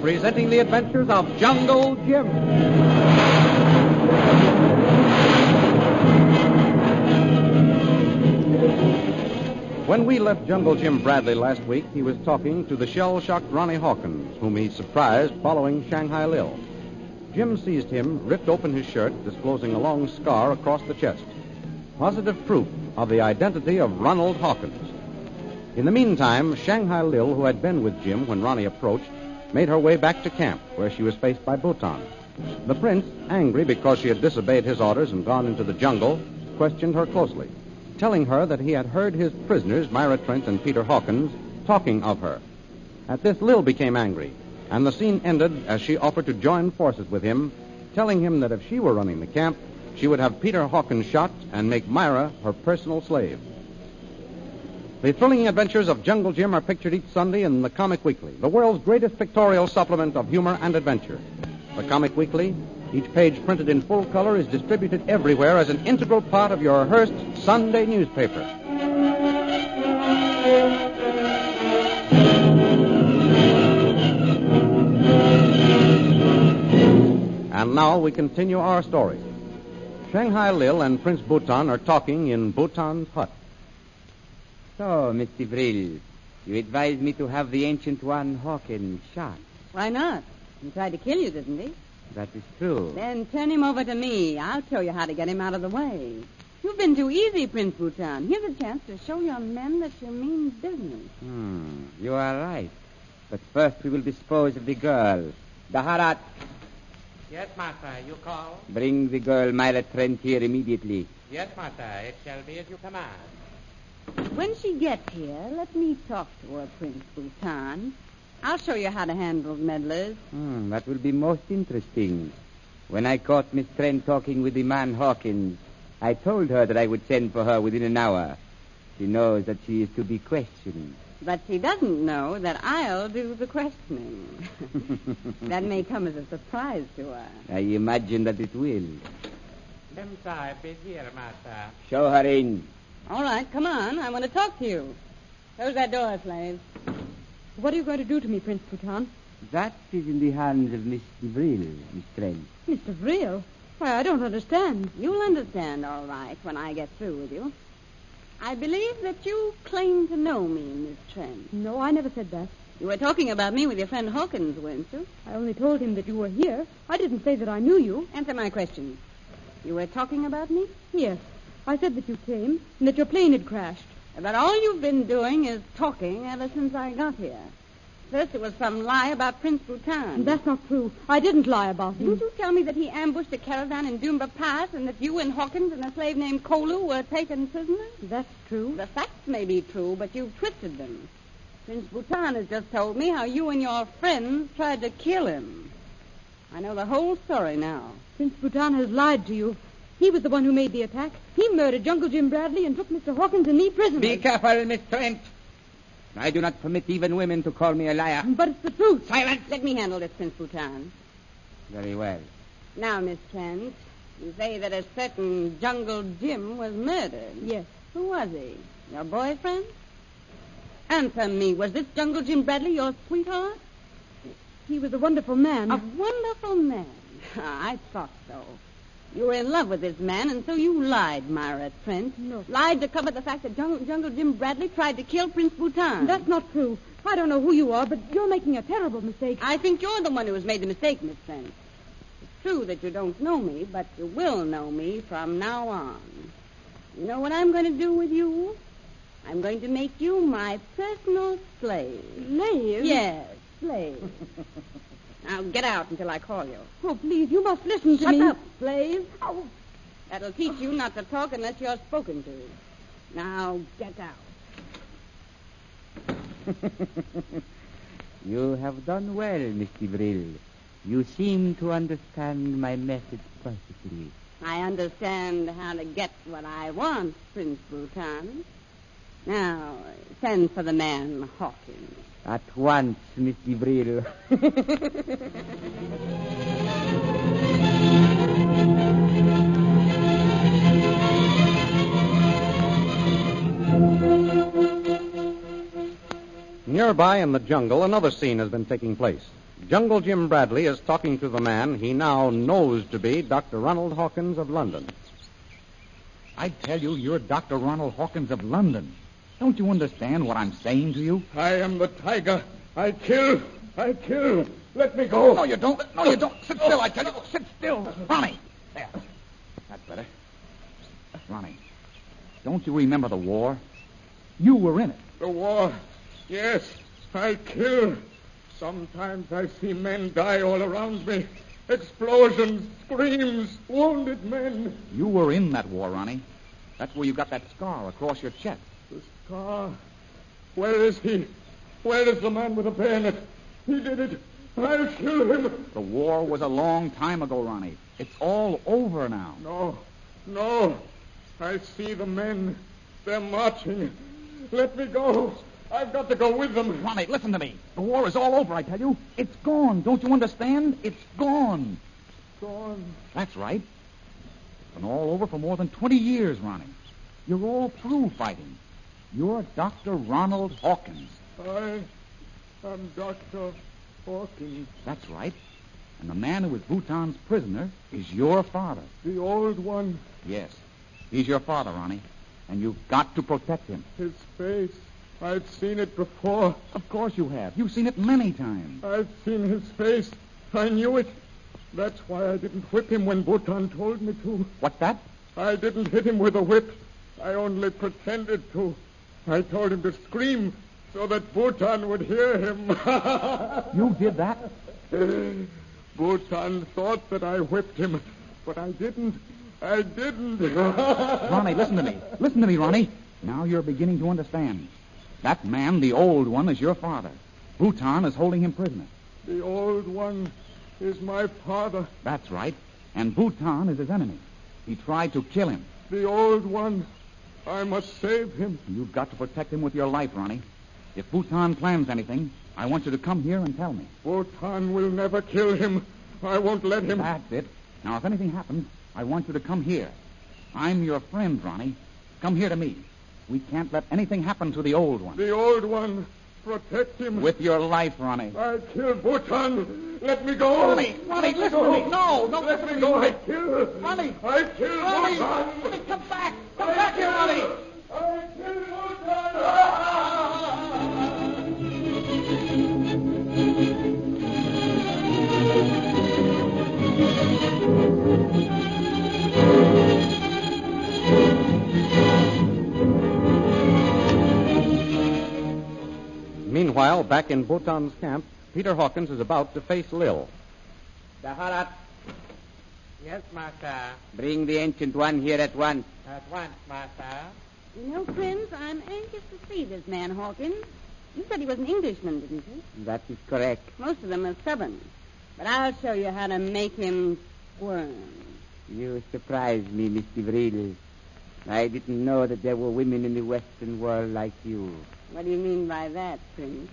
recounting the adventures of Jungle Jim. When we left Jungle Jim Bradley last week, he was talking to the shell shocked Ronnie Hawkins, whom he surprised following Shanghai Lil. Jim seized him, ripped open his shirt, disclosing a long scar across the chest. Positive proof of the identity of Ronald Hawkins. In the meantime, Shanghai Lil, who had been with Jim when Ronnie approached, made her way back to camp, where she was faced by Bhutan. The prince, angry because she had disobeyed his orders and gone into the jungle, questioned her closely, telling her that he had heard his prisoners, Myra Trent and Peter Hawkins, talking of her. At this, Lil became angry, and the scene ended as she offered to join forces with him, telling him that if she were running the camp, she would have Peter Hawkins shot and make Myra her personal slave. The thrilling adventures of Jungle Jim are pictured each Sunday in the Comic Weekly, the world's greatest pictorial supplement of humor and adventure. The Comic Weekly, each page printed in full color, is distributed everywhere as an integral part of your Hearst Sunday newspaper. And now we continue our story. Shanghai Lil and Prince Bhutan are talking in Bhutan's hut. So, Mr. Vril, you advise me to have the Ancient One Hawkins shot. Why not? He tried to kill you, didn't he? That is true. Then turn him over to me. I'll show you how to get him out of the way. You've been too easy, Prince Bhutan. Here's a chance to show your men that you mean business. Hmm, you are right. But first we will dispose of the girl. Daharat, Yes, master, you call? bring the girl Myra Trent here immediately. Yes, master, it shall be as you command. When she gets here, let me talk to her, Prince Bhutan. I'll show you how to handle meddlers. Hmm, that will be most interesting. When I caught Miss Trent talking with the man Hawkins, I told her that I would send for her within an hour. She knows that she is to be questioned. But she doesn't know that I'll do the questioning. that may come as a surprise to her. I imagine that it will. Them sahib is here, master. Show her in. All right, come on. I want to talk to you. Close that door, slave. What are you going to do to me, Prince Bhutan? That is in the hands of Miss Vril, Miss Trent. Mr. Vril? Why, I don't understand. You'll understand all right when I get through with you. I believe that you claim to know me, Miss Trent. No, I never said that. You were talking about me with your friend Hawkins, weren't you? I only told him that you were here. I didn't say that I knew you. Answer my question. You were talking about me? Yes. I said that you came and that your plane had crashed. About all you've been doing is talking ever since I got here. First it was some lie about Prince Bhutan. And that's not true. I didn't lie about him. Didn't you tell me that he ambushed a caravan in Doomba Pass and that you and Hawkins and a slave named Kolu were taken prisoner? That's true. The facts may be true, but you've twisted them. Prince Bhutan has just told me how you and your friends tried to kill him. I know the whole story now. Prince Bhutan has lied to you. He was the one who made the attack. He murdered Jungle Jim Bradley and took Mr. Hawkins and me prisoners. Be careful, Miss Trent. I do not permit even women to call me a liar. But it's the truth. Silence! Let me handle this, Prince Bhutan. Very well. Now, Miss Trent, you say that a certain Jungle Jim was murdered. Yes. Who was he? Your boyfriend? Answer me. Was this Jungle Jim Bradley your sweetheart? He was a wonderful man. A wonderful man. I thought so. You were in love with this man, and so you lied, Myra Trent. No. Lied to cover the fact that Jungle, Jungle Jim Bradley tried to kill Prince Bhutan. That's not true. I don't know who you are, but you're making a terrible mistake. I think you're the one who has made the mistake, Miss Trent. It's true that you don't know me, but you will know me from now on. You know what I'm going to do with you? I'm going to make you my personal slave. Slave? Yes, slave. now get out until I call you. Oh, please, you must listen to Shut me. up, slave. That'll teach you not to talk unless you're spoken to. Now get out. you have done well, Mr. Vril. You seem to understand my method perfectly. I understand how to get what I want, Prince Bhutan. Now, send for the man Hawkins. At once, Mr. Vril. Nearby in the jungle, another scene has been taking place. Jungle Jim Bradley is talking to the man he now knows to be Dr. Ronald Hawkins of London. I tell you, you're Dr. Ronald Hawkins of London. Don't you understand what I'm saying to you? I am the tiger. I kill. I kill. Let me go. No, you don't. No, you don't. Sit still, I tell you. Sit still. Ronnie. There. That's better. Ronnie, don't you remember the war? You were in it. The war. Yes, I kill. Sometimes I see men die all around me. Explosions, screams, wounded men. You were in that war, Ronnie. That's where you got that scar across your chest. The scar. Where is he? Where is the man with the bayonet? He did it. I'll kill him. The war was a long time ago, Ronnie. It's all over now. No, no. I see the men. They're marching. Let me go. I've got to go with them. Ronnie, listen to me. The war is all over, I tell you. It's gone. Don't you understand? It's gone. Gone. That's right. It's been all over for more than 20 years, Ronnie. You're all through fighting. You're Dr. Ronald Hawkins. I am Dr. Hawkins, That's right. And the man who was Bhutan's prisoner is your father. the old one. Yes. He's your father, Ronnie. And you've got to protect him. His face. I've seen it before. Of course you have. You've seen it many times. I've seen his face. I knew it. That's why I didn't whip him when Bhutan told me to. What's that? I didn't hit him with a whip. I only pretended to. I told him to scream so that Bhutan would hear him. You did that? Bhutan thought that I whipped him, but I didn't. I didn't. Ronnie, listen to me. Listen to me, Ronnie. Now you're beginning to understand. That man, the old one, is your father. Bhutan is holding him prisoner. The old one is my father. That's right. And Bhutan is his enemy. He tried to kill him. The old one. I must save him. You've got to protect him with your life, Ronnie. If Bhutan plans anything, I want you to come here and tell me. Wotan will never kill him. I won't let him. That's it. Now, if anything happens, I want you to come here. I'm your friend, Ronnie. Come here to me. We can't let anything happen to the old one. The old one. Protect him. With your life, Ronnie. I kill Wotan. Let me go. Ronnie, Ronnie, Let me listen go. to me. No, no, Let listen me to me. go. I kill. Ronnie. I kill Ronnie, Wotan. Ronnie, come back. Come back here, Ronnie. I kill Wotan. Meanwhile, back in Bhutan's camp, Peter Hawkins is about to face Lil. Daharat, Yes, master. bring the ancient one here at once. At once, master. You know, Prince, I'm anxious to see this man Hawkins. You said he was an Englishman, didn't you? That is correct. Most of them are stubborn. But I'll show you how to make him squirm. You surprise me, Miss DeVril. I didn't know that there were women in the Western world like you. What do you mean by that, Prince?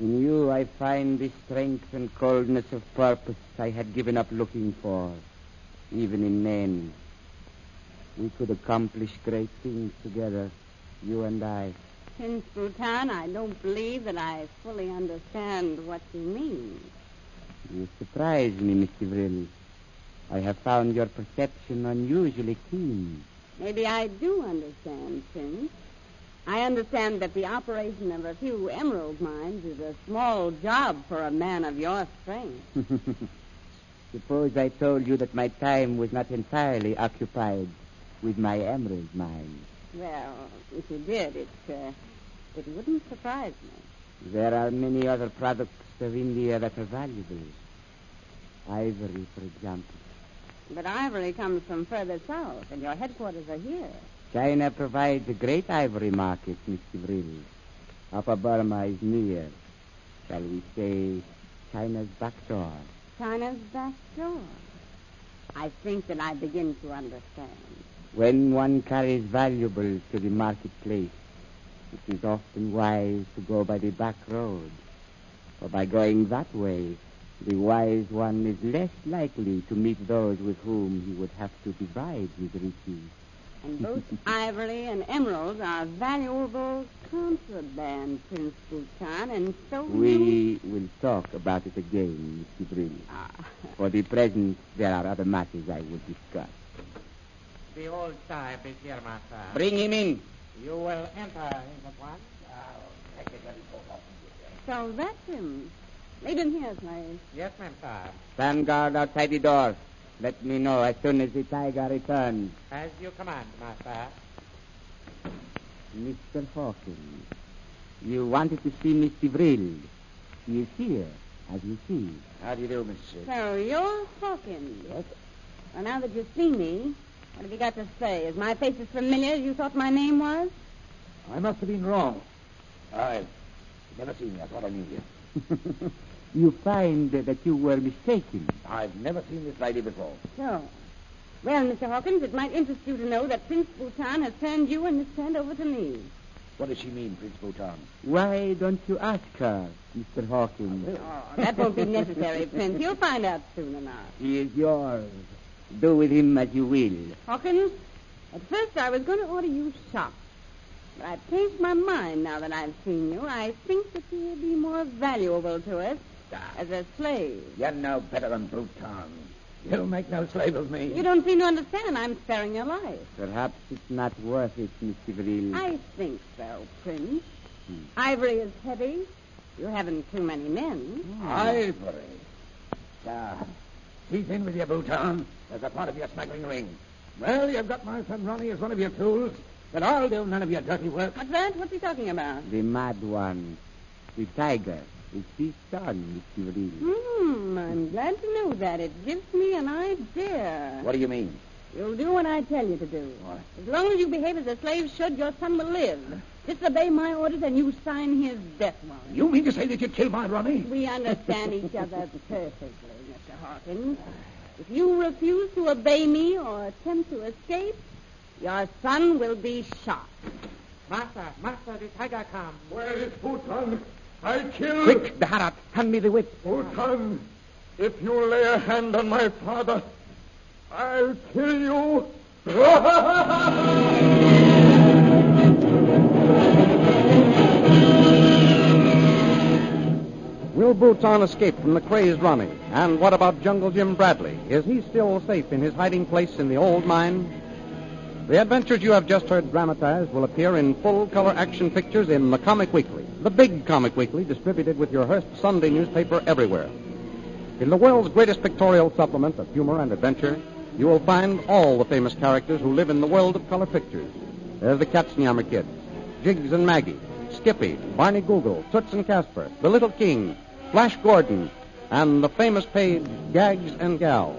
In you, I find the strength and coldness of purpose I had given up looking for, even in men. We could accomplish great things together, you and I. Prince Bhutan, I don't believe that I fully understand what you mean. You surprise me, Miss DeVril. I have found your perception unusually keen. Maybe I do understand, Prince. I understand that the operation of a few emerald mines is a small job for a man of your strength. Suppose I told you that my time was not entirely occupied with my emerald mine. Well, if you did, it, uh, it wouldn't surprise me. There are many other products of India that are valuable. Ivory, for example. But ivory comes from further south, and your headquarters are here. China provides a great ivory market, Miss Vril. Upper Burma is near. Shall we say China's back door? China's back door. I think that I begin to understand. When one carries valuables to the marketplace, it is often wise to go by the back road. For by going that way, the wise one is less likely to meet those with whom he would have to divide his riches. And both ivory and emeralds are valuable contraband, Prince Bhutan, and so you... We will talk about it again, Mr. Breen. Ah, For the present, there are other matters I would discuss. The old type is here, master. Bring him in. You will enter in at once. I'll take it and go up. so that's him. Lead him here, please. Yes, ma'am, sir. Stand guard outside the door. Let me know as soon as the tiger returns. As you command, master. Mr. Hawkins, you wanted to see Mr. Vril. He is here, as you see. How do you do, Mrs. So you're Hawkins. Yes. Well, now that you see me, what have you got to say? Is my face as familiar as you thought my name was? I must have been wrong. I've never seen you. I thought I knew you. you find that you were mistaken. I've never seen this lady before. So. Well, Mr. Hawkins, it might interest you to know that Prince Bhutan has turned you and Miss Sand over to me. What does she mean, Prince Bhutan? Why don't you ask her, Mr. Hawkins? Oh, that won't be necessary, Prince. You'll find out soon enough. He is yours. Do with him as you will. Hawkins, at first I was going to order you shot. But I've changed my mind now that I've seen you. I think that you will be more valuable to us as a slave. You're no better than Bhutan. You'll make no slave of me. You don't seem to understand. I'm sparing your life. Perhaps it's not worth it, Mr. Vril. I think so, Prince. Ivory is heavy. You haven't too many men. Ivory. Ah, he's in with you, Bhutan. There's a part of your smuggling ring. Well, you've got my friend Ronnie as one of your tools, but I'll do none of your dirty work. What's that? What's he talking about? The mad one. The tiger. It's his son, Mr. Vril. Hmm, I'm glad to know that. It gives me an idea. What do you mean? You'll do what I tell you to do. What? As long as you behave as a slave should, your son will live. Disobey my orders and you sign his death warrant. You mean to say that you killed my Ronnie? We understand each other perfectly, Mr. Hawkins. If you refuse to obey me or attempt to escape, your son will be shot. Master, master, the tiger comes. Where is Bhutan? I killed Quick, the Harat, hand me the whip. Bhutan. If you lay a hand on my father, I'll kill you. Will Bhutan escape from the crazed Ronnie? And what about Jungle Jim Bradley? Is he still safe in his hiding place in the old mine? The adventures you have just heard dramatized will appear in full color action pictures in the Comic Weekly, the big Comic Weekly distributed with your Hearst Sunday newspaper everywhere. In the world's greatest pictorial supplement of humor and adventure, you will find all the famous characters who live in the world of color pictures. There's the Katzenjammer Kids, Jiggs and Maggie, Skippy, Barney Google, Toots and Casper, The Little King, Flash Gordon, and the famous page Gags and Gals.